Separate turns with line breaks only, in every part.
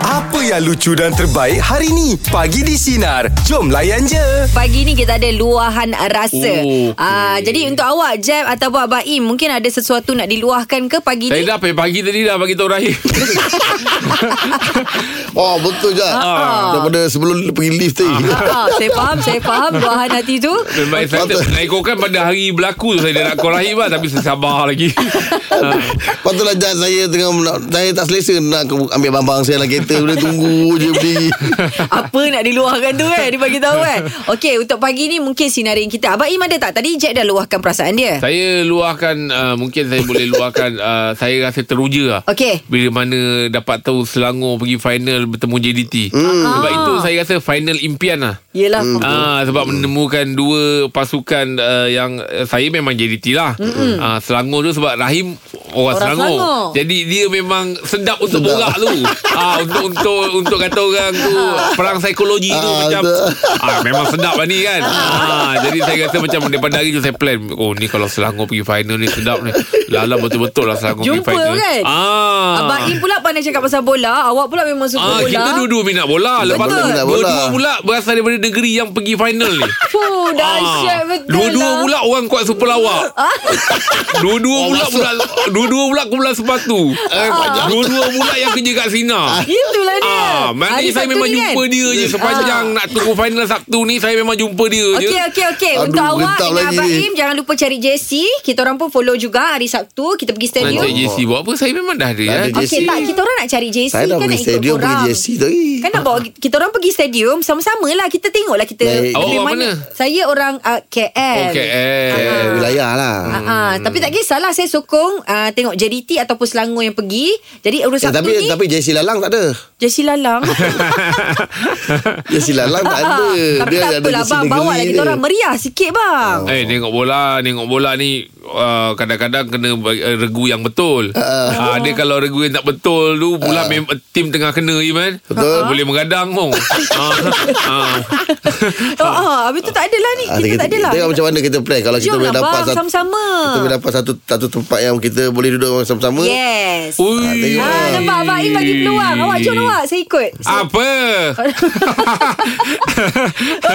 Apa yang lucu dan terbaik hari ni? Pagi di Sinar. Jom layan je.
Pagi ni kita ada luahan rasa.
Oh,
Okay. Ah, jadi untuk awak Jeb ataupun Abang Im mungkin ada sesuatu nak diluahkan ke pagi
Saya
ni?
dah pagi tadi dah bagi tahu Rahim.
Oh betul je Daripada sebelum pergi lift tadi
Ah, saya faham, saya faham luahan hati tu.
Memang excited. Nak ikutkan pada hari berlaku tu saya dah nak call Rahim lah. Tapi saya sabar lagi.
Patutlah lah Jad saya tengah nak, Saya tak selesa nak ke- ambil bambang saya dalam kereta Boleh tunggu je berdiri
Apa nak diluahkan tu kan Dia bagi tahu kan Okey untuk pagi ni Mungkin sinarin kita Abang Im ada tak Tadi Jack dah luahkan perasaan dia
saya luahkan, uh, mungkin saya boleh luahkan, uh, saya rasa teruja lah.
Okey
Bila mana dapat tahu Selangor pergi final bertemu JDT. Sebab
Ah.
itu saya rasa final impian lah.
Yelah
Ah sebab hmm. menemukan dua pasukan uh, yang uh, saya memang JDT lah. Hmm. Ah Selangor tu sebab Rahim orang,
Orang
Selangor.
Selangor.
Jadi dia memang sedap untuk borak tu. ah untuk untuk untuk kata orang tu
Ah.
perang psikologi tu
Ah,
macam
betul.
ah memang sedap lah ni kan. ah jadi saya rasa macam daripada hari tu saya plan oh ni kalau Selangor pergi final ni sedap ni. Lala betul-betul lah Selangor
Jumpa
pergi final.
kan
Ah
Abang Im pula pandai cakap pasal bola Awak pula memang suka
Ah,
bola
kita dua-dua minat bola lah. Lepas tu
Betul.
Minat bola.
Dua-dua pula Berasal daripada negeri Yang pergi final ni
Fuh dahsyat
Ah,
betul
Dua-dua
lah. Ah.
pula orang kuat super lawak. Dua-dua pula pula dua-dua pula kumpulan sepatu. Ah. Dua-dua pula yang kerja kat Sina.
Itulah dia
Ah,
Hari
maknanya saya
Sabtu
memang
ni
jumpa
kan?
dia je sepanjang nak tunggu final Sabtu ni saya memang jumpa dia je.
Okey okey okey untuk
Aduh,
awak
geram
dengan
lagi
Abang
ni.
Im jangan lupa cari JC kita orang pun follow juga hari Sabtu kita pergi stadium
Nanti JC buat apa saya memang dah ada ya.
ada JC.
Okey tak kita orang nak cari JC
Saya
kan
dah pergi
nak ikut
stadium Pergi
korang.
JC tadi
Kan nak bawa kita orang pergi stadium sama-sama lah kita tengok lah kita
Baik.
dari
Awak orang mana?
Saya orang uh, KL.
Okey.
Eh, Wilayah lah
Ah, ah, tapi tak kisahlah saya sokong uh, tengok JDT ataupun Selangor yang pergi. Jadi urus
Eh,
Sabtu
tapi
ni
tapi JC Lalang tak ada.
JC Lalang.
JC Lalang tak
Ah,
ada.
tapi tak apalah
JC
bang bawa lah
negeri
kita
dia. Ah,
orang meriah sikit bang.
Eh tengok bola, tengok bola ni uh, kadang-kadang kena bagi- uh, regu yang betul. Uh,
Ah.
uh, dia kalau regu yang tak betul tu pula uh, mem- tim tengah kena je man.
Betul.
Boleh mengadang pun. uh, uh.
Oh, ah, habis tu tak adalah ni.
Ah,
kita,
tengok-
tak adalah.
Tengok macam mana kita plan kalau kita
Jom
boleh
lah
dapat
bang
satu
sama-sama.
kita boleh dapat satu satu tempat yang kita boleh duduk orang sama-sama.
Yes.
Ui.
tengok.
Ha, nampak abang Im bagi peluang. Awak jom awak saya ikut. Saya
Apa?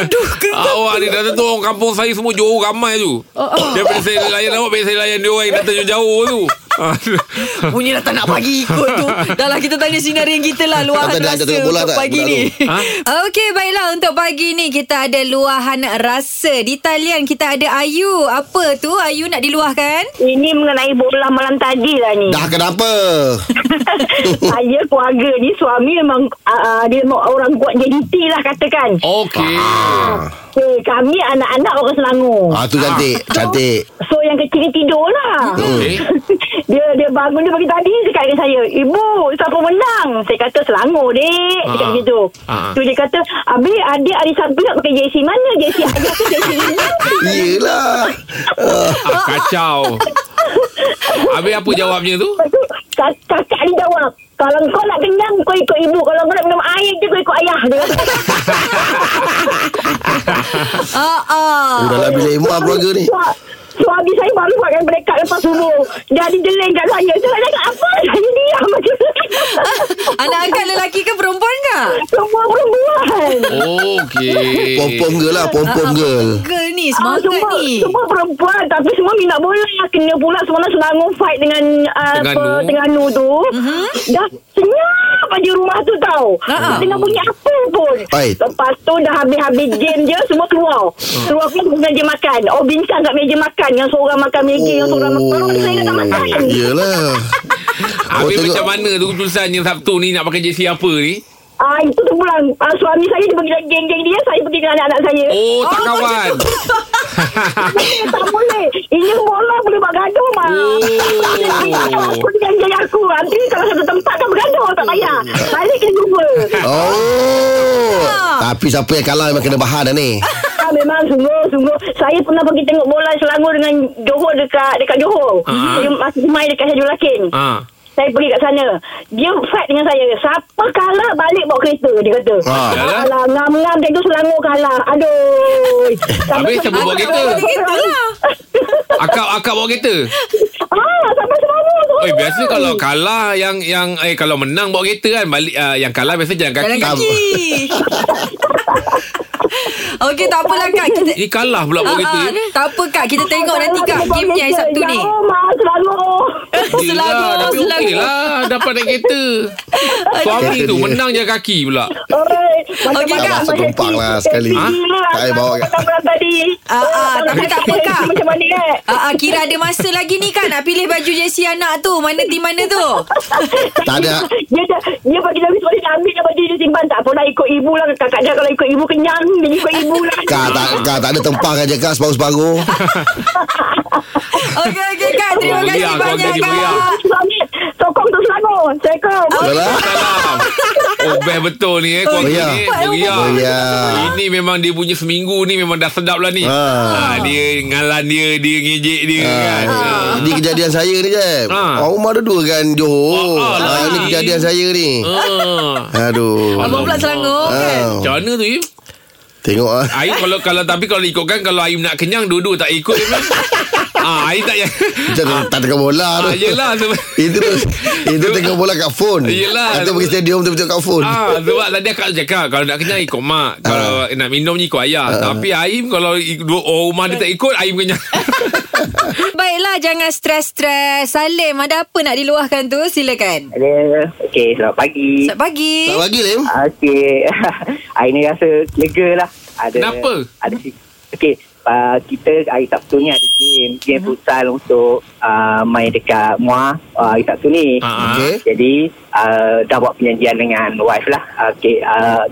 Aduh, kena.
Awak ni datang tu orang kampung saya semua jauh ramai tu. Oh, oh. Daripada saya layan awak, biar saya layan dia orang yang datang jauh tu. Ah.
Bunyi dah tak nak bagi ikut tu Dah lah kita tanya sinarin kita lah Luahan
Kata dia
rasa
ajak tengok bola
untuk
tak,
pagi
budak
ni
tu?
Ha?
Okey baiklah untuk pagi ni Kita ada luahan rasa Di talian kita ada Ayu Apa tu Ayu nak diluahkan?
Ini mengenai bola malam tadi lah ni.
Dah kenapa?
Saya keluarga ni suami memang uh, dia mau orang kuat JDT lah katakan.
Okey.
Okay, kami anak-anak orang Selangor.
ah tu cantik, cantik. Hmm.
So yang kecil ni tidur lah.
Eh?
Okey.
dia dia bangun dia pagi tadi dia cakap dengan saya, "Ibu, siapa menang?" Saya kata Selangor, Dek. Dia
Ah.
kata gitu.
Ah.
Tu dia kata, "Abi, adik hari Sabtu nak pakai JC mana? JC hari aku JC ni."
Yelah
Ah, kacau. Habis apa jawabnya tu?
Lepas tu, kak- Kakak dia jawab Kalau kau nak kenyang Kau ikut ibu Kalau kau nak minum air je Kau ikut ayah Dia kata
Ah, ah.
Oh, dalam bilik emak keluarga
Eh.
ni
Su- Suami saya baru buatkan breakup lepas subuh Dia ada jeling kat saya Saya cakap apa Saya diam macam
Anak angkat lelaki ke perempuan ke?
Semua perempuan
Okey.
Pom-pom girl lah Pom-pom girl
Girl ni
Ah,
Semangat
semua,
ni
semua perempuan Tapi semua minat bola Kena pula semua nak Selangor fight Dengan uh,
Terengganu.
apa, Terengganu tu uh-huh. Dah senyap aja rumah tu tau
Ah.
Tak dengar bunyi apa pun
Baik. Hmm.
Lepas tu dah habis-habis game je Semua keluar Keluar pun semua meja makan Oh bincang kat meja makan Yang seorang makan Maggi Yang seorang makan Perut
Oh.
saya dah tak makan
Yelah
Habis
tengok.
macam mana tu tulisannya Sabtu ni nak pakai jersey apa ni?
Ah itu tu pula ah, suami saya dia pergi dengan geng-geng dia, saya pergi dengan anak-anak saya.
Oh,
Ah,
tak kawan.
tak boleh. Ini bola boleh buat gaduh mah.
Oh.
aku dengan geng aku. Nanti kalau satu tempat kan bergaduh tak payah. Balik kena jumpa.
Oh Tapi siapa yang kalah Memang kena bahan dah ni
ah, memang sungguh-sungguh saya pernah pergi tengok bola Selangor dengan Johor dekat dekat Johor.
Ah.
Saya masih main dekat Syajul Lakin.
Ha.
Saya pergi kat sana Dia fight dengan saya Siapa kalah balik bawa kereta Dia kata
Ah.
Yalah.
Alah ngam-ngam Dia tu Selangor kalah Aduh
Habis siapa bawa kereta?
Kita Ah, lah
Akak akak bawa kereta.
Ah sampai Selangor tu
Eh biasa kalau kalah yang yang eh kalau menang bawa kereta kan balik uh, yang kalah biasa jalan
Jalan
kaki.
kaki. Okey, tak apalah Kak. Kita,
Ni kalah pula
Ah,
bawa kereta.
ah, tak apa Kak, kita tengok nanti Kak. Game ni hari Sabtu ni.
Jauh mah selalu
Selangor,
Yelah, lah, tapi okey
Selangor.
lah dapat naik kereta. Suami
Kereta
tu
dia.
menang je kaki pula.
Okey
Kak.
Abang setumpang lah sekali.
Ha?
Tak payah bawa kat.
tadi.
Ah, ah, tapi tak apa, Kak.
Macam mana
eh?
kan?
Ah, ah, kira ada masa lagi ni kan nak pilih baju jersey anak tu. Mana tim mana tu?
Tak ada.
Dia dah, dia bagi dia sebab dia nak ambil dia baju dia simpan tak apalah ikut ibu lah kakak dia kalau ikut ibu kenyang dia ikut ibu lah
Kak tak, kak tak ada tempang aja kak separuh-separuh.
Okey, okey Kak. Terima
Orang
kasih
meriah, keluarga
banyak
dia meriah.
Kak.
Suami sokong tu Selangor Assalamualaikum
Yalah.
Salam. Oh best betul ni eh Kuala
Meriah.
ni Meriah
Meriah.
Ini memang dia punya seminggu ni Memang dah sedap lah ni
Ha.
ha. Dia ngalan dia Dia ngejek dia kan ha.
Ah.
Ini kejadian saya ni kan.
Ha.
Orang rumah ada dua kan
Ah,
Johor.
ah,
Ha, ini
lagi.
kejadian saya ni. Aduh.
Abang pula Selangor kan.
Ah,
Ah. Macam mana tu Im?
Tengok ah.
Aim kalau kalau tapi kalau ikutkan kalau Aim nak kenyang dua-dua tak ikut Im. eh? Ah Aim tak ya.
Macam tak tengok bola
Ah
tu.
yelah sebab
Itu itu tengok bola kat phone.
Yelah.
Atau pergi stadium tu tengok kat phone.
Ah sebab tadi akak cakap kalau nak kenyang ikut mak, kalau nak minum ni ikut ayah. Tapi Aim kalau ik- dua orang rumah dia tak ikut Aim kenyang.
Baiklah, jangan stres-stres. Salim, ada apa nak diluahkan tu? Silakan.
Ada. Okey, selamat pagi.
Selamat pagi.
Tak bagi Lim.
Okey. hari ni rasa lega lah. Ada,
Kenapa?
Ada si- Okey, uh, kita hari Sabtu ni ada game. Game
Hmm.
futsal untuk uh, main dekat Muar uh, hari Sabtu ni.
Ah, ah.
Okey.
Jadi, uh, dah buat perjanjian dengan wife lah. Okey, uh,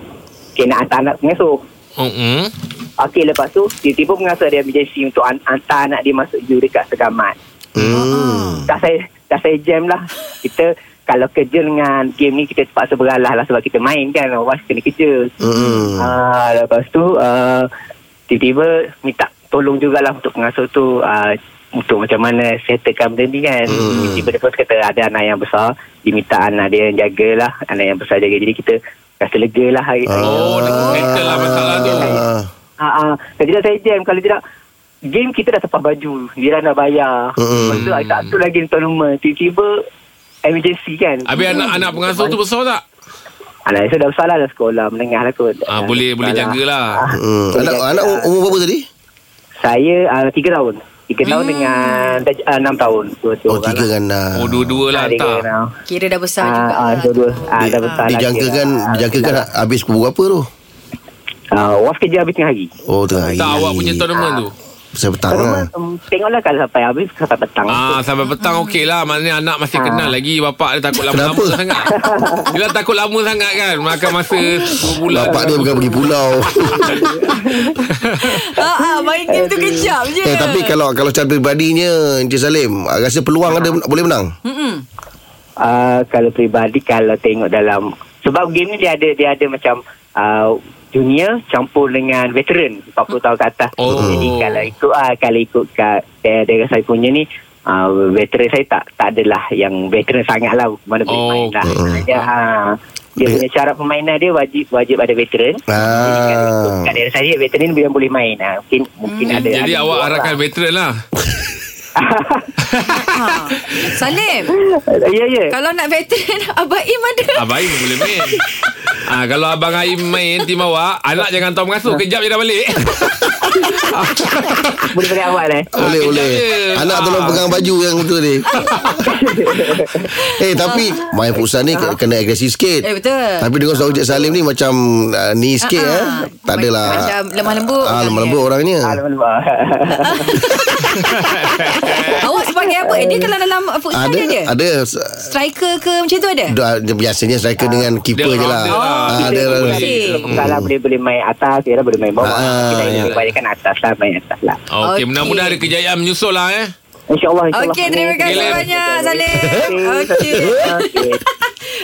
okay, nak hantar anak pengasuh.
Mm-mm.
Okey, lepas tu, tiba-tiba pengasuh ada emergency untuk an- hantar anak dia masuk U dekat Segamat.
Hmm.
dah saya dah saya jam lah kita kalau kerja dengan game ni kita terpaksa beralah lah sebab kita main kan orang kena kerja
Hmm.
Ah, lepas tu ah, tiba-tiba minta tolong jugalah untuk pengasuh tu ah, untuk macam mana settlekan benda ni kan
Hmm.
tiba-tiba lepas kata ada anak yang besar diminta anak dia yang jagalah anak yang besar jaga jadi kita rasa lega lah hari, hari tu.
Oh, dah settle lah masalah tu.
Ah.
Ha ah, kalau tidak saya jam kalau tidak game kita dah sepas baju, dia dah nak bayar.
Mm.
Lepas tu hari Sabtu lagi tournament, tiba-tiba emergency kan.
Habis anak-anak pengasuh tu besar tak?
Anak saya dah besar lah dah sekolah menengah lah kot. Ah.
Ah, boleh- boleh jagalah.
Hmm. Anak anak um- umur berapa tadi?
Saya ah, tiga tahun. Tiga tahun
Hmm.
dengan taj- ah, enam tahun. Dua, dua lah.
Oh, tiga kan. ah.
Oh, dua-dua lah hantar.
Kira dah besar juga.
Ah, ah,
lah
dua-dua.
tu.
Ah, dah besar lagi
Dijangkakan
lah. Ah,
dijangkakan
dah-
habis pukul berapa tu?
ah, Waf kerja habis tengah hari.
Oh, tengah hari.
Tak awak punya tournament tu?
Saya petang lah.
Tournament, um, tengoklah kalau sampai habis sampai petang.
Ah sampai petang okey lah Maknanya anak masih kenal lagi Bapak dia takut lama-lama
Kenapa?
sangat Dia dah takut lama sangat kan Makan masa 10 bulan
Bapak dia bukan pergi pulau.
Ah, ah, main game tu kejap je.
eh, tapi kalau kalau secara peribadinya, Encik Salim, ah, rasa peluang ada boleh menang?
Hmm.
Mm-mm.
Uh, kalau peribadi kalau tengok dalam sebab game ni dia ada dia ada macam uh, junior campur dengan veteran 40 tahun ke atas.
Oh.
Jadi kalau ikut ah uh, kalau ikut kat daerah, daerah saya punya ni uh, veteran saya tak tak adalah yang veteran sangat lah mana boleh
Oh.
main lah.
Mm.
Dia, uh, dia
Dia-
punya cara permainan dia wajib wajib ada veteran.
Ah.
Jadi kalau ikut
Ah.
kat daerah saya veteran yang boleh main lah. Mungkin mungkin ada
Hmm. Jadi
ada
awak
dua
arahkan
lah.
veteran lah
Ah. Salim,
Ya ya.
Eh.
kalau nak veteran, Abang Im ada.
Abang Aim boleh main Ah, kalau abang Aim main tim awak Anak jangan tahu mengasuh Kejap je dah balik
Boleh pakai awak lah.
Boleh
Ah,
boleh
kejap je.
Anak
Ah.
tolong pegang baju yang betul ni Eh tapi
Ah.
Main futsal ni ke- Kena agresif sikit
Eh, betul.
Tapi dengan suara Cik Salim ni Macam uh, Ni sikit
Ah,
eh
ah.
Tak adalah
Macam lemah lembut
ah,
orangnya.
Lemah lembut orangnya
Ah,
Ah.
Alamak.
Awak sebagai apa? Eh, dia kalau dalam futsal
Ada
ada dia?
Ada
Striker ke macam tu ada?
Dah, dia biasanya striker dengan keeper
Dia
je lah.
rounder lah.
Ah, dia
Dia
rounder.
boleh.
Kalau lah, boleh boleh main atas, dia boleh main bawah.
Ah,
Kita
ya.
yeah. kebanyakan atas lah, main atas lah.
Okey
Okey.
mudah-mudahan ada kejayaan menyusul lah eh
InsyaAllah, insyaAllah.
Okey, terima kasih
Okey, Lam.
banyak Salim.
Okey.
Okey.
Okey.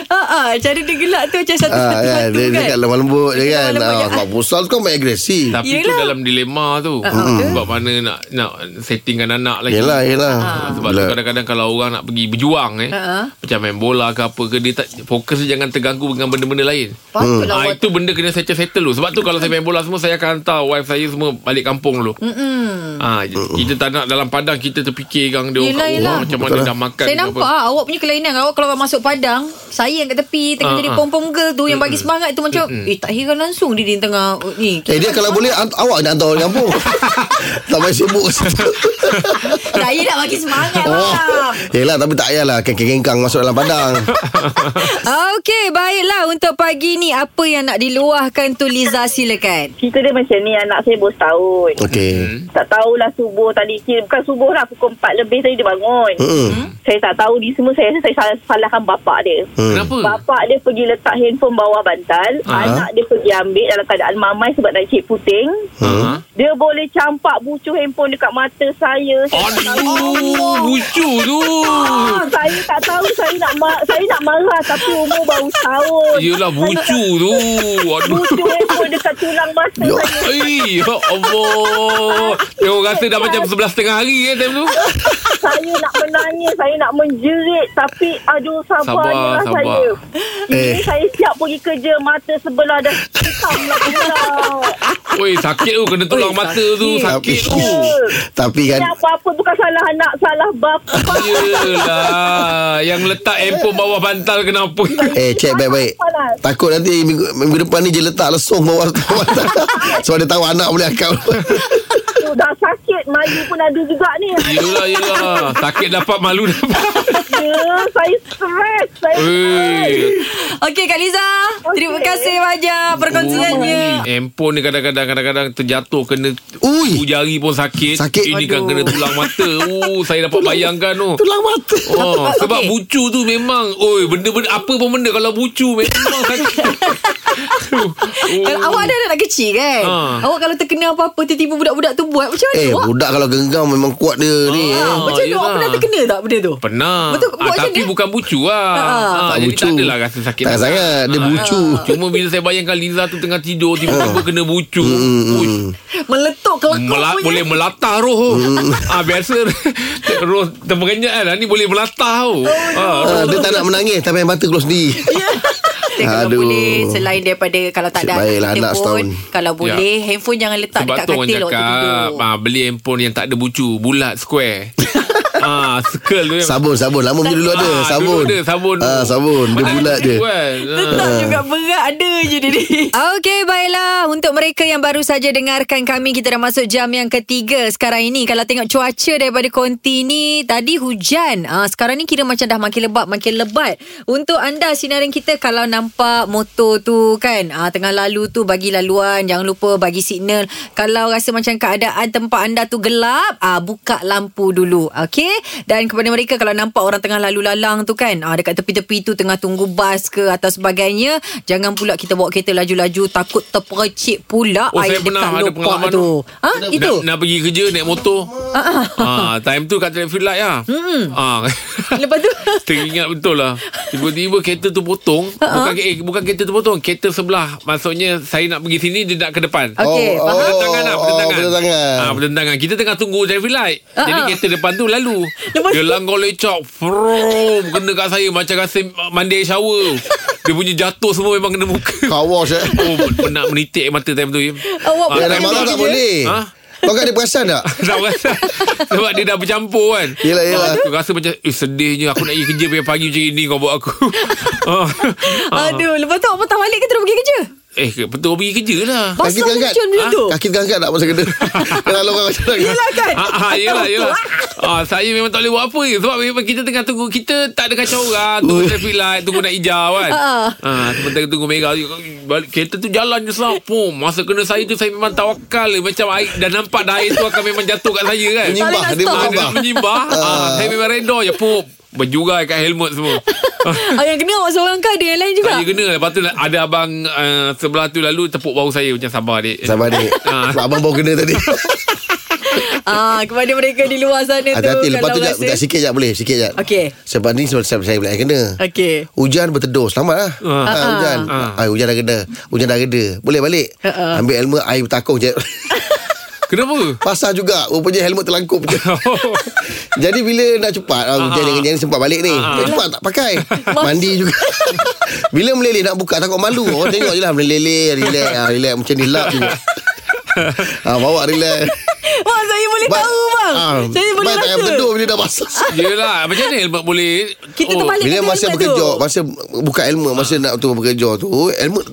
Ah, ah, cara dia gelak tu macam satu
Ah,
satu,
kan,
satu
dia,
kan.
dia kat lemah lembut dia kan.
Lemah lembut,
Ah,
ya.
kalau pusat tu kan main agresif.
Tapi Yelah. tu
Yelah.
dalam dilema tu
ah.
Sebab mana nak nak settingkan anak lagi
Yelah, yelah.
Ah. Sebab tu kadang-kadang kalau orang nak pergi berjuang eh
Ah, ah.
Macam main bola ke apa ke Dia tak fokus dia jangan terganggu dengan benda-benda lain
Patutlah
Hmm.
Ah,
awak-
itu benda kena saya settle dulu Sebab tu kalau saya main bola semua Saya akan hantar wife saya semua Balik kampung dulu
Mm-mm.
ah, Kita tak nak dalam padang Kita terfikir kan
Yelah,
dia orang kat
yelah.
rumah Macam mana
Betul lah.
dah makan
Saya
ke apa.
nampak ah, awak punya kelainan awak kalau awak masuk padang, saya yang kat tepi tengah
Ah,
jadi
ah.
pom-pom girl tu yang bagi semangat tu macam eh tak heran langsung dia di tengah oh, ni.
Eh dia kalau boleh an- awak nak hantar orang kampung. tak payah sibuk kat situ.
Saya nak bagi semangat
Oh.
lah.
Yelah tapi tak payahlah kengkang masuk dalam padang.
Okey, baiklah untuk pagi ni apa yang nak diluahkan tu Liza silakan.
Cerita dia macam ni Anak saya baru setahun
Okey.
Tak tahulah subuh tadi kira, Bukan subuh lah Pukul 4 lebih tadi dia bangun
Hmm.
Saya tak tahu ni semua Saya rasa saya salah, salahkan bapak dia
Hmm.
Kenapa?
Bapak dia pergi letak handphone bawah bantal
Ah.
Anak dia pergi ambil Dalam keadaan mamai Sebab nak cek puting
Hmm.
Ah.
Dia boleh campak bucu handphone Dekat mata saya Saya tak tahu.
Aduh Lucu tu
Ah, saya tak tahu saya nak ma- saya nak marah tapi umur baru tahun.
Yelah bucu tu Aduh
Bucu handphone dekat tulang mata saya.
Ay, ya Allah Tengok rasa dah macam sebelah setengah hari eh time tu
Saya nak menangis, saya nak menjerit tapi aduh
Sabar,
sabarlah
sabar.
saya.
Eh.
Ini saya siap pergi kerja mata sebelah dah hitam lah pula.
Oi sakit tu Kena
Oi,
tulang mata tu Sakit tu
tapi kan
Ini apa-apa bukan salah anak, salah bapa.
Ya. Yelah Yang letak handphone bawah bantal Kenapa
Eh cek baik-baik
lah.
Takut nanti minggu, minggu depan ni Dia letak lesung bawah bawah- Sebab dia tahu anak boleh akal
Tu dah sakit, mari pun ada juga ni.
Yelah yelah Sakit dapat malu dapat
Ya, saya stres, saya stres.
Oi
Okey Kak Liza, okay.
Okey.
terima kasih banyak perkongsiannya.
Ui, Handphone ni kadang-kadang Kadang-kadang terjatuh Kena
Ui.
Ui. jari pun sakit
Sakit.
Ini kan
Aduh.
kena tulang mata Oh, Saya dapat bayangkan tu
Tulang mata
Oh,
Tapi,
sebab
okey.
bucu tu memang Oi, benda-benda Apa pun benda Kalau bucu memang sakit
Kalau awak ada anak kecil kan?
Ha.
Awak kalau terkena apa-apa tiba-tiba budak-budak tu buat macam mana
Eh
awak?
budak kalau genggam Memang kuat dia ni eh.
Ah,
macam mana awak
yelah.
pernah terkena tak benda tu?
Pernah
Betul, buat
ah,
macam
Tapi
dia.
bukan bucu lah
Ah.
ah,
Tak
Jadi
bucu
tak adalah rasa sakit lah. Ah,
Tak sangat Dia bucu Ah.
Cuma bila saya bayangkan Liza tu tengah tidur Tiba-tiba kena bucu
Mm,
Ui,
Meletup kelakar
Mela- boleh melatah roh
Mm,
ah, Biasa Roh terpenganjat kan Ni boleh melatah oh, ah,
Ah, Dia tak nak menangis Tapi yang mata keluar sendiri
Kalau
Aduh.
boleh Selain daripada Kalau tak ada
Baiklah,
kita
anak
pun,
setahun.
Kalau boleh Handphone jangan letak
Sebab
dekat
tu orang
katil waktu
cakap
tidur
ah, Beli handphone yang tak ada bucu Bulat square ah, Circle tu yang-
Sabun sabun Lama punya dulu ada
Ah,
Sabun
dulu ada sabun tu.
ah, Sabun Dia
Padahal
bulat
bucu
je
kan. Ah.
Tetap juga berat ada je dia ni. Okey, baiklah. Untuk mereka yang baru saja dengarkan kami, kita dah masuk jam yang ketiga sekarang ini. Kalau tengok cuaca daripada konti ni, tadi hujan. Ah, sekarang ni kira macam dah makin lebat, makin lebat. Untuk anda, sinaran kita kalau nampak motor tu kan, ah, tengah lalu tu bagi laluan. Jangan lupa bagi signal. Kalau rasa macam keadaan tempat anda tu gelap, ah, buka lampu dulu. Okey? Dan kepada mereka kalau nampak orang tengah lalu lalang tu kan, ah, dekat tepi-tepi tu tengah tunggu bas ke atau sebagainya, jangan pula kita bawa kereta laju-laju takut terpercik pula
Oh,
air
saya pernah
dekat
ada
lopak
pengalaman
tu. Ha?
Nak-
Itu.
Nak, nak pergi kerja naik motor. Ah, time tu kat traffic light lah. Hmm. Ah.
Lepas tu
Teringat betul lah Tiba-tiba kereta tu potong
Ah,
bukan, eh, bukan kereta tu potong Kereta sebelah Maksudnya Saya nak pergi sini Dia nak ke depan
Okey, Ah.
Oh,
faham.
Pertentangan lah
oh,
Pertentangan
pertentangan.
Ah, Pertentangan Kita tengah tunggu traffic light
Ah,
Jadi
ah.
kereta depan tu lalu
Lepas
Dia
tu-
langgar lecak Vroom Kena kat saya Macam rasa mandi air shower Dia punya jatuh semua Memang kena muka
Car wash eh
Oh nak menitik mata time tu Im.
Awak
Ah,
Dia nak
time tu-
marah Ya, tak boleh
Ha?
Kau kan dia perasan tak
Tak rasa Sebab dia dah bercampur kan
Yelah, yelah.
Aku rasa macam eh, Sedihnya aku nak pergi kerja Pagi-pagi macam ini Kau buat aku Ah. Ah.
Aduh, lepas tu awak patah balik ke terus pergi kerja?
Eh betul pergi kerja lah
Kaki
Basah
terangkat
terjun macam tu.
Kaki terangkat tak masa kena Kalau orang macam tu
Yelah kan?
Ah, ah, yelah, yelah.
lah.
Ah, saya memang tak boleh buat apa Sebab memang kita tengah tunggu Kita tak ada kacau orang Tunggu traffic light Tunggu nak hijau kan
Ah.
ah, Sementara tunggu merah balik, Kereta tu jalan je selap Pum, Masa kena saya tu Saya memang tawakal je. Macam air, dah nampak dah air tu Akan memang jatuh kat saya kan
Menyimbah
Tak boleh nak
Dia
stop.
Ah, dia
menyimbah
nak menyimbah ah, Saya memang redor je Pum, Berjurai kat helmet semua
Ah, yang kena awak seorang ke ada yang lain juga?
Saya kena Lepas tu ada abang uh, Sebelah tu lalu Tepuk bahu saya Macam sabar dek
Sabar ni
Ah.
Abang baru kena tadi
Ah, kepada mereka di luar sana tu.
Hati-hati Lepas
kalau
tu jap,
rasa-
jap, Sikit jap boleh Sikit jap
Okey.
Sebab ni sebab saya, saya pula yang kena
Okey.
Hujan berteduh Selamat lah
Ah.
ha,
Ah.
Hujan
Ah.
ha, Hujan dah kena Hujan dah kena Boleh balik
Ah, ah.
Ambil helmet air bertakung je
Kenapa?
Pasal juga Rupanya helmet terlangkup je Jadi bila nak cepat ah, Hujan
Ah, ah.
dengan ni sempat balik ni Nak cepat tak pakai Mandi juga Bila meleleh nak buka Takut malu Orang tengok je lah Meleleh Relax ah, Relax macam ni lap je ha, Bawa relax
Wah, saya boleh tahu bang. saya boleh
Sebab ah, tak payah
rasa.
berteduh Bila dah basah
Yelah Macam mana helmet boleh Oh.
Kita terbalik.
Bila
Ada
masa
helmet
bekerja
tu.
Masa buka helmet Masa nak tu bekerja tu Helmet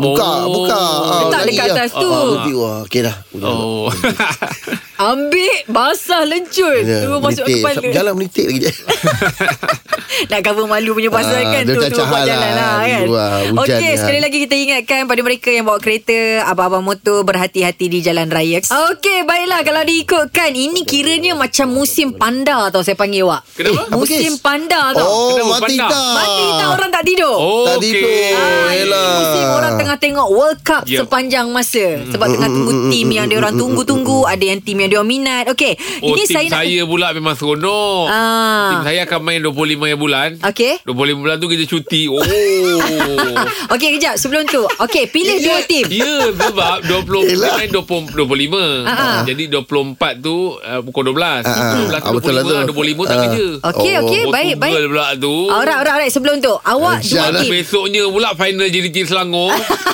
Buka
Oh.
Buka Ah,
Letak
lagi
dekat
lah.
atas tu.
Ah, berhenti. Wah okey dah
Oh
Ambil basah lencun.
Ya,
tu masuk Ah,
menitik.
kepala.
Jalan menitik lagi je
Nak cover malu punya pasal
Ah,
kan
dia
tu
tak
tu buat
cahal
jalan
lah.
lah kan.
Wah, hujan
Okey
ni,
sekali
ah.
lagi kita ingatkan pada mereka yang bawa kereta, abang-abang motor berhati-hati di jalan raya. Okey baiklah kalau diikutkan ini kiranya macam musim panda tau saya panggil awak.
Kenapa?
Apa
Musim
kes?
panda tau.
Oh
Kenapa
mati
pandang?
tak
Mati tak orang tak tidur.
Oh
Tak
okey.
tidur
Ah, ini
Yelah
musim orang tengah tengok World Cup
Yep.
sepanjang masa Sebab tengah tunggu tim yang dia orang tunggu-tunggu Ada yang tim yang dia orang minat Okey
Oh,
Ini
tim saya,
saya, nak
pula memang seronok.
Ah.
Tim saya akan main 25 yang bulan.
Okey
25 bulan tu kita cuti. Oh.
Okey kejap sebelum tu Okey pilih dua tim
Ya sebab 20 kita
Yelah.
main 20, 25
Ah, ah.
Jadi 24 tu uh, Pukul 12
Ah, ah. Ah,
Pukul
betul
12 tu 25 lah,
lah tu.
25 tak
Ah.
kerja
Okey
Oh,
okey
Oh,
baik baik
Portugal pula tu
Alright, alright, alright. Sebelum tu, awak dua
Jalan.
Lepas
tim.
besoknya pula Final JDT Selangor Wah.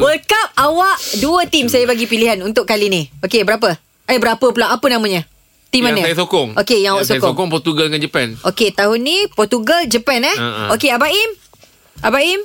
World Cup, awak dua tim saya bagi pilihan untuk kali ni. Okey, berapa? Eh, berapa pula? Apa namanya? Tim
Yang
mana?
saya sokong
Okey, yang, awak
saya
sokong.
sokong Portugal dengan Japan
Okey, tahun ni Portugal, Japan eh.
Ha, ha.
Okey, Abang Im. Abang Im.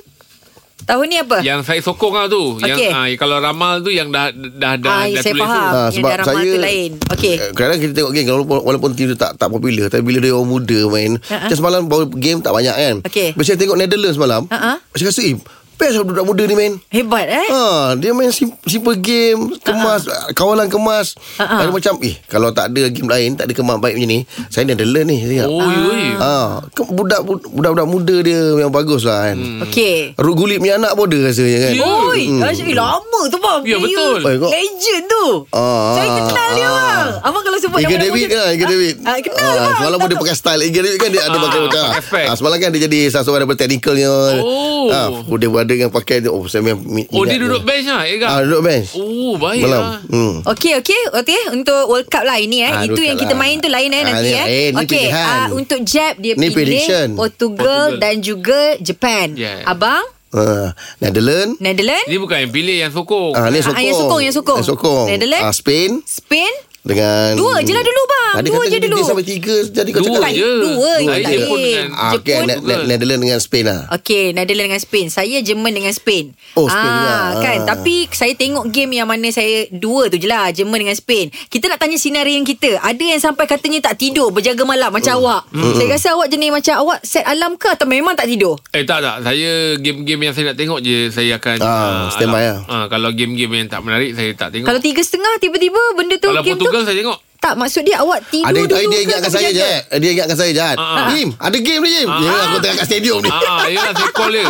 Tahun ni apa?
Yang saya sokong lah tu Yang
Ah. Okey.
ah, Kalau ramal tu Yang dah Dah, dah,
Ah,
dah
saya
tulis
faham.
tu
Ah,
Yang darah mata lain. Okey.
eh, Kadang-kadang kita tengok game walaupun, walaupun tim tu tak tak popular Tapi bila dia orang muda
Ha-ha.
main uh-huh. Macam semalam bawa game tak banyak kan
Ha, Okey. Ha,
Bila saya tengok Netherlands semalam
Ha-ha.
Saya rasa eh Best lah budak muda ni main
Hebat eh.
Ha, dia main sim- simple game Kemas Kawalan kemas
Ha-ha.
Ada macam Eh kalau tak ada game lain Tak ada kemas baik macam ni Saya Netherlands ni saya tengok.
Oh yoi
Ah.
ha, ke- budak, budak-budak muda dia Memang bagus lah kan hmm.
Okey.
Ruguli punya anak pun ada rasanya kan
Ya.
Oi, eh, asyik lah. lama tu bang.
Ya,
Player.
betul.
Eh, kau-
Legend tu.
Ah,
Saya kenal dia lah.
ah,
bang. Abang kalau sebut
Iga
nama-nama
David
dia-
kan Iga David
Ah, kenal
Ah,
bang.
Semalam pun dia pakai style Iga David kan Dia ada
Ah,
pakai macam
pakai spec.
ah, Semalam kan dia jadi Salah seorang daripada teknikalnya
Oh.
ah, Dia ada yang pakai Oh saya memang mi-
Oh
minat
dia duduk bench lah Ega
Ah, duduk bench
Oh baik
Malam
lah
hmm.
Okey okey okey untuk World Cup lah ini eh.
Ah,
Itu
World
yang
Cup
kita
lah.
main tu lain eh
Ah,
nanti
ni-
eh.
eh, ni
okey
pilihan.
ah, untuk Jeb dia
Ni prediction.
pilih Portugal,
Portugal.
dan juga Japan.
Yeah.
Abang
Ah, Netherlands
Netherlands,
Dia bukan yang pilih Yang sokong
ah, Ni
Ah,
sokong
yang sokong, yang sokong.
Yang sokong
Netherlands.
ah, Spain
Spain.
Dengan
Dua je lah dulu, bang.
Ah, dia
Dua
kata
je
dia-
dulu.
Dia sampai tiga Jadi kau
Dua
cakap
je
Dua je
Saya
tak
Jepun
boleh.
dengan
ah, okay,
Jepun.
Ne- Ne- Netherlands dengan Spain lah
Okey, Netherlands dengan Spain. Saya Jerman dengan Spain.
Oh, Spain juga.
kan.
Ah.
Tapi saya tengok game yang mana saya dua tu je lah, Jerman dengan Spain. Kita nak tanya sinarian kita. Ada yang sampai katanya tak tidur berjaga malam
Hmm.
macam awak. Saya rasa awak jenis macam awak set alam ke atau memang tak tidur?
Eh tak tak Saya game-game yang saya nak tengok je Saya akan
Ah, standby
alam.
lah.
ah, Kalau game-game yang tak menarik Saya tak tengok
Kalau tiga setengah tiba-tiba benda tu
Kalau
game
Portugal
tu
saya tengok
tak maksud dia awak tidur
ada yang
dulu
tadi dia
ke
ingatkan
atau
saya je
berjaga?
eh. Dia ingatkan saya je
Ah.
Jim ada game ni Jim
Ah.
Ya aku tengah kat stadium ni
Ah, ah, yelah saya call dia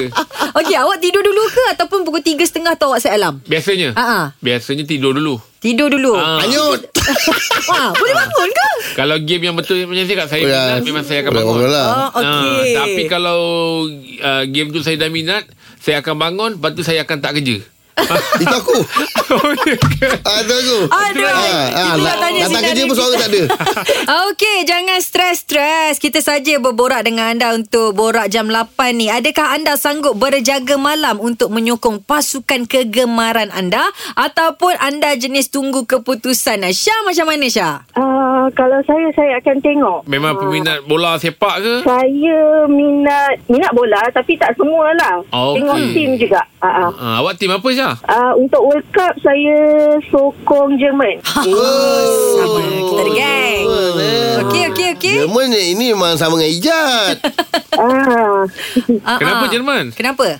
Okey awak tidur dulu ke ataupun pukul tiga setengah tu awak set alam?
Biasanya
Ah, ah.
Biasanya tidur dulu
Tidur
Oh,
dulu.
Ah.
Anyut
Wah, boleh
Ah.
bangun ke?
Kalau game yang betul Macam saya kat
Eh,
saya
Ya.
minat Memang saya akan
Boleh
bangun
lah.
Oh, okey.
Ah, tapi kalau uh, game tu saya dah minat, saya akan bangun, lepas tu saya akan tak kerja.
Itu aku Ah, Itu aku
Oh, ya Aduh. lah, Kita nak tanya
Datang
sinar
kerja
dia
pun suara
kita.
tak ada
Okey, jangan stres-stres. Kita saja berborak dengan anda untuk borak jam 8 ni. Adakah anda sanggup berjaga malam untuk menyokong pasukan kegemaran anda ataupun anda jenis tunggu keputusan? Syah macam mana Syah?
Ah, kalau saya saya akan tengok.
Memang peminat bola sepak ke?
Saya minat minat bola tapi tak semua lah.
Okey.
Tengok tim juga. Ah, ah.
Ah, awak tim apa Syah?
Ah, untuk World Cup saya sokong Jerman.
Oh.
Sama kita ada geng. Okey, okey, okey.
Jerman ni ini memang sama dengan Ijat
ah.
Ah,
Kenapa
ah.
Jerman?
Kenapa?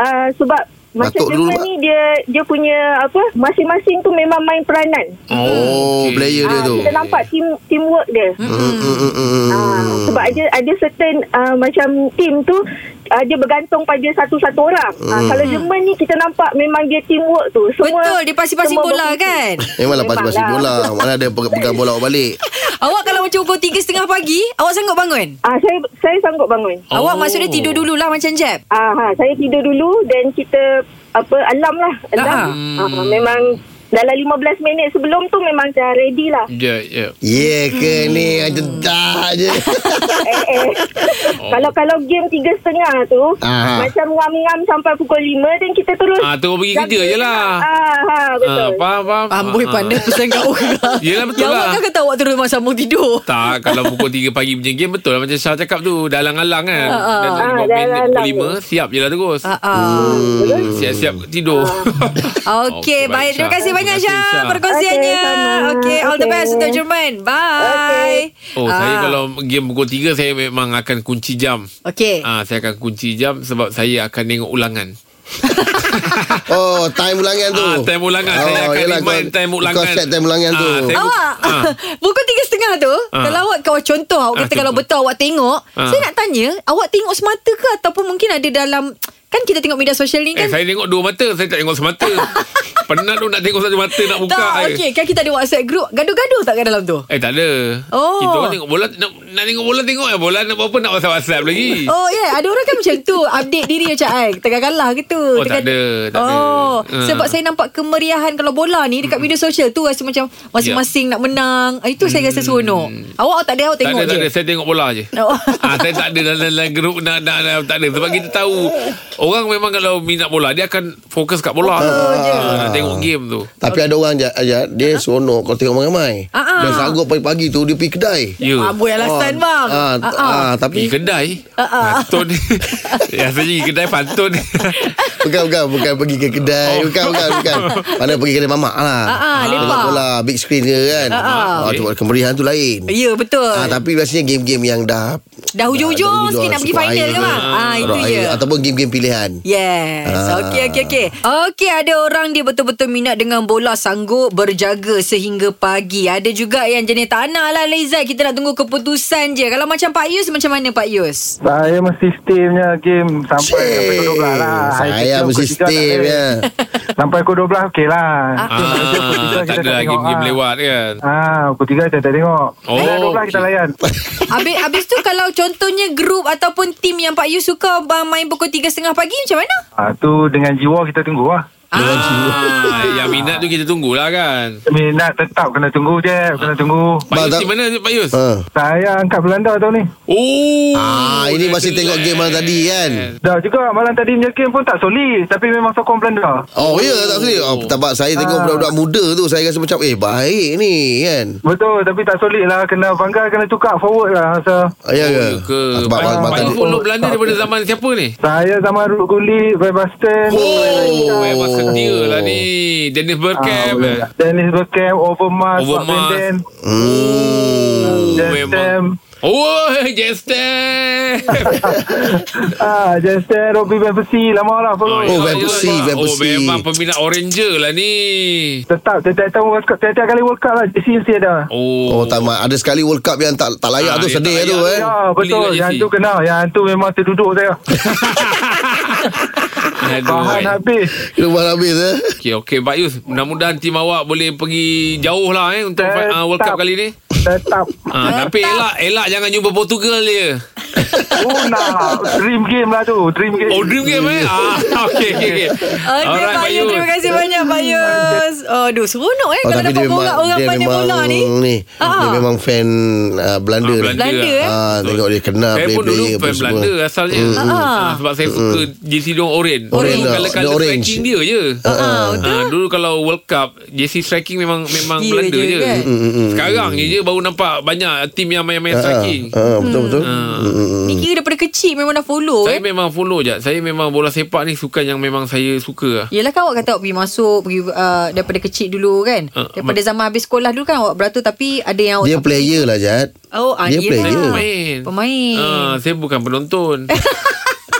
ah, sebab macam
Batuk dulu,
Jerman
Mak.
ni dia dia punya apa masing-masing tu memang main peranan.
Oh
Ah, okey.
player dia
Ah,
tu Hmm.
kita nampak team teamwork dia.
Mm, mm, mm, mm.
Ah, sebab ada ada certain ah, macam team tu uh, dia bergantung pada satu-satu orang. Hmm. Uh, kalau Jerman ni kita nampak memang dia teamwork tu. Semua
Betul, dia pasing-pasing
semua
bola
berfungsi.
kan?
Memanglah pasti-pasti
Memanglah.
lah bola
lah.
Mana ada pe- pegang bola awak balik
awak kalau macam pukul 3.30 pagi, awak sanggup bangun?
Ah uh, saya saya sanggup bangun.
Oh.
Oh. Awak maksudnya tidur dululah macam Jeb.
Ah ha, saya tidur dulu dan kita apa alam lah. Alam.
Ah.
Ah, memang dalam 15 minit sebelum tu memang dah ready lah.
Ya, ya.
Ya ke ni Macam tak je
Hmm.
eh, eh.
Oh.
Kalau kalau game tiga setengah tu
Ah.
macam ngam-ngam sampai pukul lima dan kita terus
Ah, terus pergi
jam
kerja je lah.
Ah, ha, betul.
Ah, faham, faham.
Amboi
Ah, ah.
pandai pesan kat orang.
Yelah, betul
Yang
lah.
Awak kan kata awak terus masa sambung tidur.
Tak, kalau pukul 3 pagi punya game betul lah macam Syah cakap tu. Dalang-alang kan.
Ah, ah.
Dan 5
Ah,
minit
dalang-alang.
pukul 5, siap je lah terus. Hmm.
Ah, ah.
Oh. Siap-siap tidur.
Okey, baik. Terima kasih banyak
Terima kasih,
Syah perkongsiannya.
Okey, sama.
Okey, all the
Okey.
best untuk Jerman. Bye.
Oh,
Ah.
saya kalau game pukul 3 saya memang akan kunci jam.
Okey.
Ah, saya akan kunci jam sebab saya akan tengok ulangan.
Oh time ulangan tu Oh,
Ah, time ulangan. Saya akan remind
kau-
time ulangan.
Kau set time ulangan tu
Ah, time-
Awak
Ah.
Pukul tiga setengah tu
Ah.
Kalau awak Kalau contoh Awak
Ah,
kata kalau
contoh.
betul awak tengok
Ah.
Saya nak tanya Awak tengok semata ke Ataupun mungkin ada dalam Kan kita tengok media sosial ni
Eh,
kan
saya tengok dua mata. Saya tak tengok semata. Penat tu nak tengok satu mata nak buka.
Tak
eh.
okay Kan kita ada whatsapp group Gaduh-gaduh tak kat dalam tu
Eh, tak ada.
Oh.
Kita orang tengok bola. Nak, nak tengok bola, tengok. Eh, bola nak apa-apa nak whatsapp-whatsapp lagi.
Oh yeah Ada orang kan macam tu Update diri macam ai, Tengah kalah ke tu
Oh,
Tengah-
tak ada, tak ada. Hmm.
Oh
Ah.
Sebab saya nampak kemeriahan Kalau bola ni Dekat media sosial tu Rasa macam Masing-masing nak menang Ah, Itu saya rasa seronok Awak awak tak ada Awak
Hmm. Tak
tengok
ada, tak ada.
je
Saya tengok bola je.
Oh.
Ah, saya tak ada dalam, dalam grup nak, nak, nak, tak ada. Sebab kita tahu orang memang kalau minat bola, dia akan fokus kat bola. Ah, nak tengok game tu.
Tapi ada orang je, je Dia seronok Kau tengok ramai-ramai
Ah, ah.
Dan sanggup pagi-pagi tu Dia pergi kedai
Ya.
Ah, Boy alasan bang
ah,
Ah, ah.
t- ah,
Pergi
Tapi
kedai Pantun Ya saya pergi kedai pantun
Bukan bukan Bukan pergi ke kedai
Oh.
Bukan bukan bukan Mana pergi kedai mamak lah
Ah, ah, lepak.
Tengok bola Big screen ke kan ah, tu, Kemeriahan tu lain
Ya betul
Ah, tapi ah, biasanya game-game yang dah
Dah hujung-hujung sikit nak pergi
suku
final
air
ke bang? Ah, itu
Orang
je.
air Ataupun game-game pilihan
Yes.
Ah.
Okey okey okey. Okey ada orang dia betul-betul minat dengan bola sanggup berjaga sehingga pagi. Ada juga yang jenis tak nak lah Lezat kita nak tunggu keputusan je. Kalau macam Pak Yus macam mana Pak Yus?
Saya mesti stay punya game sampai
Cik,
sampai pukul 12 lah. Hari
saya mesti ya.
ketiga, pukul tiga tak
stay
boleh.
punya.
Sampai pukul 12 okey lah.
ah, Tak ada lagi game lewat kan
Ah, pukul 3 kita tak tengok.
Oh,
Oh, 12 kita
okey.
layan.
Habis habis tu kalau contohnya grup ataupun tim yang Pak Yus suka bang, main pukul 3.30 pagi macam mana?
Ah, tu dengan jiwa kita tunggu lah.
ah, Yang minat tu kita tunggulah kan
Minat tetap kena tunggu je, kena tunggu.
Pak Yus
Bang,
di mana Pak Yus?
Ha.
Saya angkat Belanda tahun ni.
Oh
Ah, ini masih tengok game malam tadi kan.
Dah juga malam tadi punya game pun tak solid tapi memang sokong Belanda.
Oh, ya tak boleh. Oh, tapak saya
Ah.
tengok budak-budak muda tu saya rasa macam eh baik ni kan.
Betul tapi tak solid lah kena bangga kena tukar forward lah rasa.
Oh,
Ah, Ya ke?
ke
Ah, Sebab
Pak
malam
Pak
tadi.
Yus follow Belanda daripada zaman siapa ni?
Saya sama Ruk Guli, Webaston,
Oh, memang setia lah ni Dennis
Ah,
Bergkamp eh.
Dennis Bergkamp, Overmars,
Overmars.
Overmars.
Hmm.
Oh,
Jen Stamp.
memang Oh, Justin
Ah, Justin, Robbie Van Persie, lama lah follow.
Oh, Van Persie, Van
Oh,
Persie.
memang peminat Oranger lah ni
Tetap, tiap-tiap tahun World Cup, tiap-tiap kali World Cup lah, JC mesti ada.
Oh, tak ma- ada sekali World Cup yang tak tak
Ah,
layak tu
yang
sedih
tak
tu
layak
kan.
Ya,
Beli
betul.
kat
Yang
JC.
tu kenal. Yang tu memang terduduk saya.
Aduh,
Bahan
eh.
habis.
Rumah habis eh.
Okey, okey Pak Yus. Mudah-mudahan tim awak boleh pergi jauh lah eh untuk
Tetap.
uh, World Cup kali ni.
Tetap.
Ah, tapi elak, elak jangan jumpa Portugal je.
Oh, nak. Dream game lah tu. Dream game.
Oh, dream game eh? Ah, okey, okey, okey.
Okey Pak Yus terima kasih banyak Pak Yus. Aduh seronok eh
Oh,
kalau
tapi
dapat
dia memang
bola orang
dia
pandai
memang
bola ni.
ni.
Ah.
Dia memang fan ah, Belanda.
Ah,
ni.
Belanda.
Belanda eh.
Ah, tengok dia kenal
Saya pun dulu
player-player apa
fan
semua. Hmm,
Belanda asalnya.
Mm, mm.
Ah, sebab saya suka jersey dia oren.
Oren hmm. lah.
Kalau
Dia
kalau
orange.
striking dia je.
Ah, betul.
Ah, dulu kalau World Cup jersey striking memang memang
Dia
Belanda
je
je.
kan?
Sekarang je je baru nampak banyak tim yang main-main
Mm, Hmm. Ah, ah,
striking.
ah, mm, betul betul.
Ni kira daripada kecil memang dah
Oh,
follow
Saya
eh.
memang follow je. Saya memang bola sepak ni sukan yang memang saya suka lah.
Yelah kan awak kata awak pergi masuk pergi uh, daripada kecil dulu kan.
Ah,
daripada zaman habis sekolah dulu kan awak beratur tapi ada yang awak
Dia
tak-
player lah Jad.
Oh, ah,
dia
yelah.
player.
Ah.
Pemain.
Pemain.
Ah, saya bukan penonton.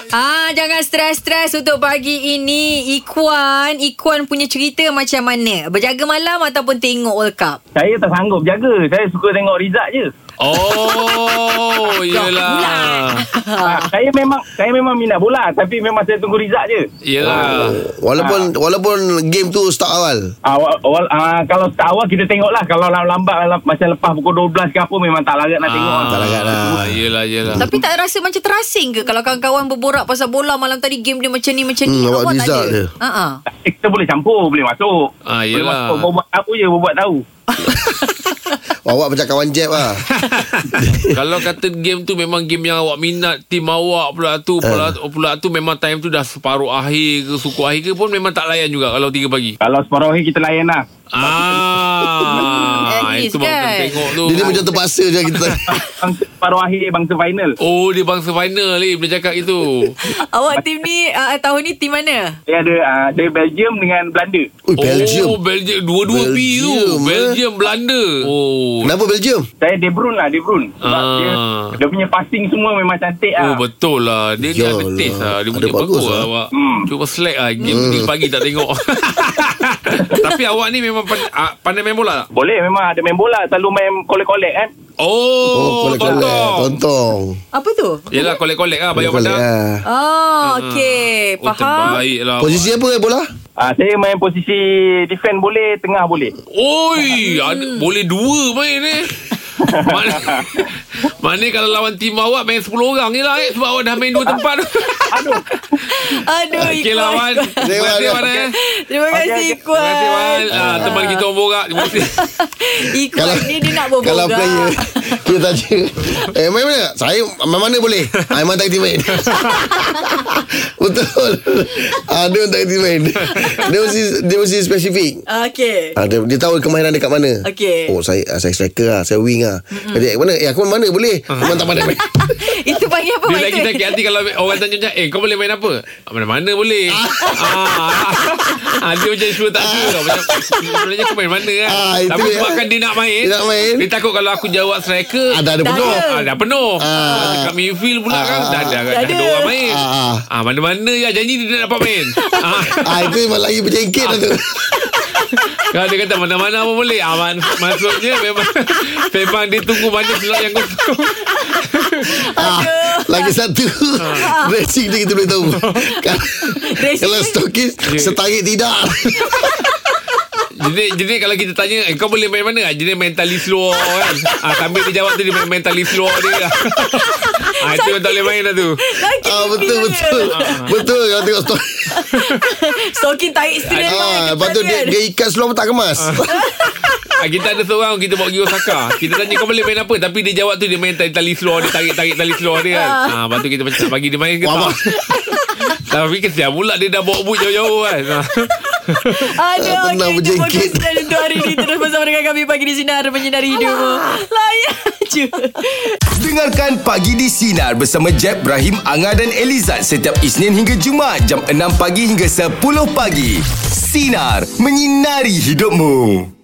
Ah jangan stres-stres untuk pagi ini Ikuan Ikuan punya cerita macam mana? Berjaga malam ataupun tengok World Cup?
Saya tak sanggup jaga. Saya suka tengok result je.
Oh,
eh?
yelah.
Ah, saya memang saya memang minat bola tapi memang saya tunggu result je.
Ya.
Oh.
Yelah.
Walaupun walaupun game tu start awal.
Awal, awal ah, kalau start awal kita tengoklah kalau lambat lah, macam lepas pukul 12 ke apa memang tak larat nak tengok.
tak larat lah.
Ah, Yelah, yelah.
Tapi tak rasa macam terasing ke Kalau kawan-kawan berborak pasal bola Malam tadi game dia macam ni Macam ni
Hmm, awak
Awak tak
result
ada
dia.
uh-uh.
Eh, Kita boleh campur, boleh masuk.
Ah,
boleh
yelah.
masuk, buat tahu je, buat tahu.
Awak macam kawan Jeb lah.
Kalau kata game tu memang game yang awak minat Tim awak pula
Eh.
tu Pula, uh. pula tu memang time tu dah separuh akhir ke Suku akhir ke pun memang tak layan juga Kalau 3 pagi
Kalau separuh hari kita layan lah.
Ah,
At least
Itu baru
kan?
kena tengok tu
Dia ni macam terpaksa je kita.
Bangsa separuh akhir bangsa final.
Oh dia bangsa final ni Bila cakap itu
Awak tim ni uh, Tahun ni tim mana?
Saya ada uh, dari Belgium dengan Belanda.
Ui, Belgium.
Oh Belgium Dua-dua P tu
Belgium, eh?
Belgium Belanda Oh
Kenapa Belgium?
Saya De Bruyne lah, De Bruyne. Sebab
Ah.
dia, dia punya passing semua memang cantik
Ya.
Oh
lah.
betul lah Dia ni ada
Yalah.
taste lah Dia
Ada
punya
bagus
bagus
lah. Hmm.
lah awak
Hmm.
Cuba slack lah Game ni pagi tak tengok Tapi awak ni memang pan- ah, Pandai main bola tak?
Boleh memang ada main bola, selalu main kolek-kolek kan.
Oh, oh tonton
Tontong.
Apa tu?
Yelah kolek-kolek lah Bayar
Kolek-kolek,
pandang
ah.
Oh okay
Hmm. Oh
Faham
terbaik lah
Posisi apa eh bola?
Uh, saya main posisi defend boleh, tengah boleh.
Oi ada, Boleh dua main eh Mana, mana kalau lawan tim awak Main 10 orang je lah eh Sebab awak dah main dua tempat
Aduh
Okey
Ikhwan,
lah Wan
Ikhwan.
Terima kasih Wan eh
Terima kasih
Terima
Ikhwan
kasih Wan ah, Teman kita orang borak Terima kasih
Ikhwan ni dia nak berborak
Kalau player Kita tanya Eh main mana Saya main mana boleh Ah, Memang tak main Betul ah, Dia memang tak main Dia mesti Dia mesti spesifik
Okay
Ah, dia, dia tahu kemahiran dekat mana
Okey.
Oh saya ah, Saya striker lah Saya wing lah Jadi eh, mana Eh aku main mana boleh Memang tak pandai main
Itu panggil apa
Dia
Wan
lagi
Tun?
sakit hati Kalau orang tanya macam Eh kau boleh main apa "Ah, Mana-mana boleh ah. ah, Dia macam sure tak sure tau. Macam "Eh, Sebenarnya kau main mana kan
Ah, itu
Tapi
dia.
sebabkan dia nak main
Dia nak main.
Dia takut kalau aku jawab striker
Ah, dah ada
Dah
penuh
ada.
Ah, dah penuh.
Ah.
Ah. Dekat midfield pula
Ah,
kan.
ah,
Dah, dah, dah,
Dah
ada
ada.
orang main.
Ah, ah.
Ah, mana-mana ya janji dia tak dapat main. ah.
ah, Itu memang lagi berjengkit lah tu
Kalau dia kata mana-mana pun boleh. Ah, mak- maksudnya memang memang dia tunggu mana slot yang kosong.
ah, Lagi satu Racing dia kita boleh tahu Kalau-
Ah. Racing
Kalau
dia-
stokis Setarik tidak
Jadi jadi kalau kita tanya eh, kau boleh main mana? Ah, Jadi mentally slow kan. Ah, sambil dia jawab tu dia main mentally slow dia. ah, itu yang tak boleh main dah tu.
Lagi
Ah,
pipi
betul
dia.
betul. Betul kalau tengok story.
Stoking tarik straight lah
Ah, lepas tu dia, dia ikat seluar pun tak kemas.
Ah, kita ada seorang kita bawa pergi Osaka. Kita tanya kau boleh main apa tapi dia jawab tu dia main tali, tali slow dia tarik-tarik tali slow dia kan. Ah, lepas tu kita macam nak bagi dia main ke
Wah,
tak. tapi kesian pula dia dah bawa boot jauh-jauh kan. Ah.
Ah,
Aduh,
tenang
okay, itu pun
berjengkit.
konsisten untuk hari ini. Terus bersama dengan kami pagi di Sinar Menyinari Hidupmu. Layan je.
Dengarkan Pagi di Sinar bersama Jeb, Ibrahim, Anga dan Elizad setiap Isnin hingga Jumaat jam 6 pagi hingga 10 pagi. Sinar. Menyinari hidupmu.